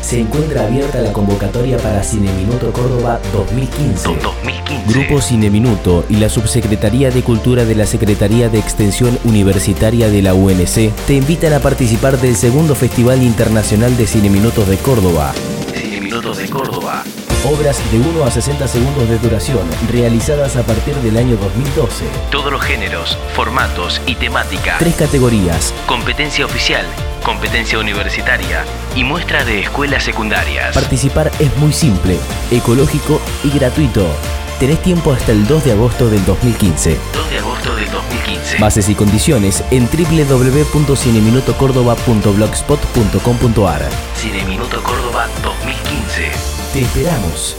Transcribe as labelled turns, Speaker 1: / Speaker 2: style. Speaker 1: se encuentra abierta la convocatoria para Cineminuto Córdoba 2015.
Speaker 2: 2015.
Speaker 1: Grupo Cineminuto y la Subsecretaría de Cultura de la Secretaría de Extensión Universitaria de la UNC te invitan a participar del segundo Festival Internacional de Cineminutos de Córdoba.
Speaker 2: Cineminutos de Córdoba.
Speaker 1: Obras de 1 a 60 segundos de duración, realizadas a partir del año 2012.
Speaker 2: Todos los géneros, formatos y temática.
Speaker 1: Tres categorías.
Speaker 2: Competencia oficial, competencia universitaria y muestra de escuelas secundarias.
Speaker 1: Participar es muy simple, ecológico y gratuito. Tenés tiempo hasta el 2 de agosto del 2015.
Speaker 2: 2 de agosto del 2015.
Speaker 1: Bases y condiciones en www.cineminutocórdoba.blogspot.com.ar.
Speaker 2: Cineminuto Córdoba 2015.
Speaker 1: Te esperamos.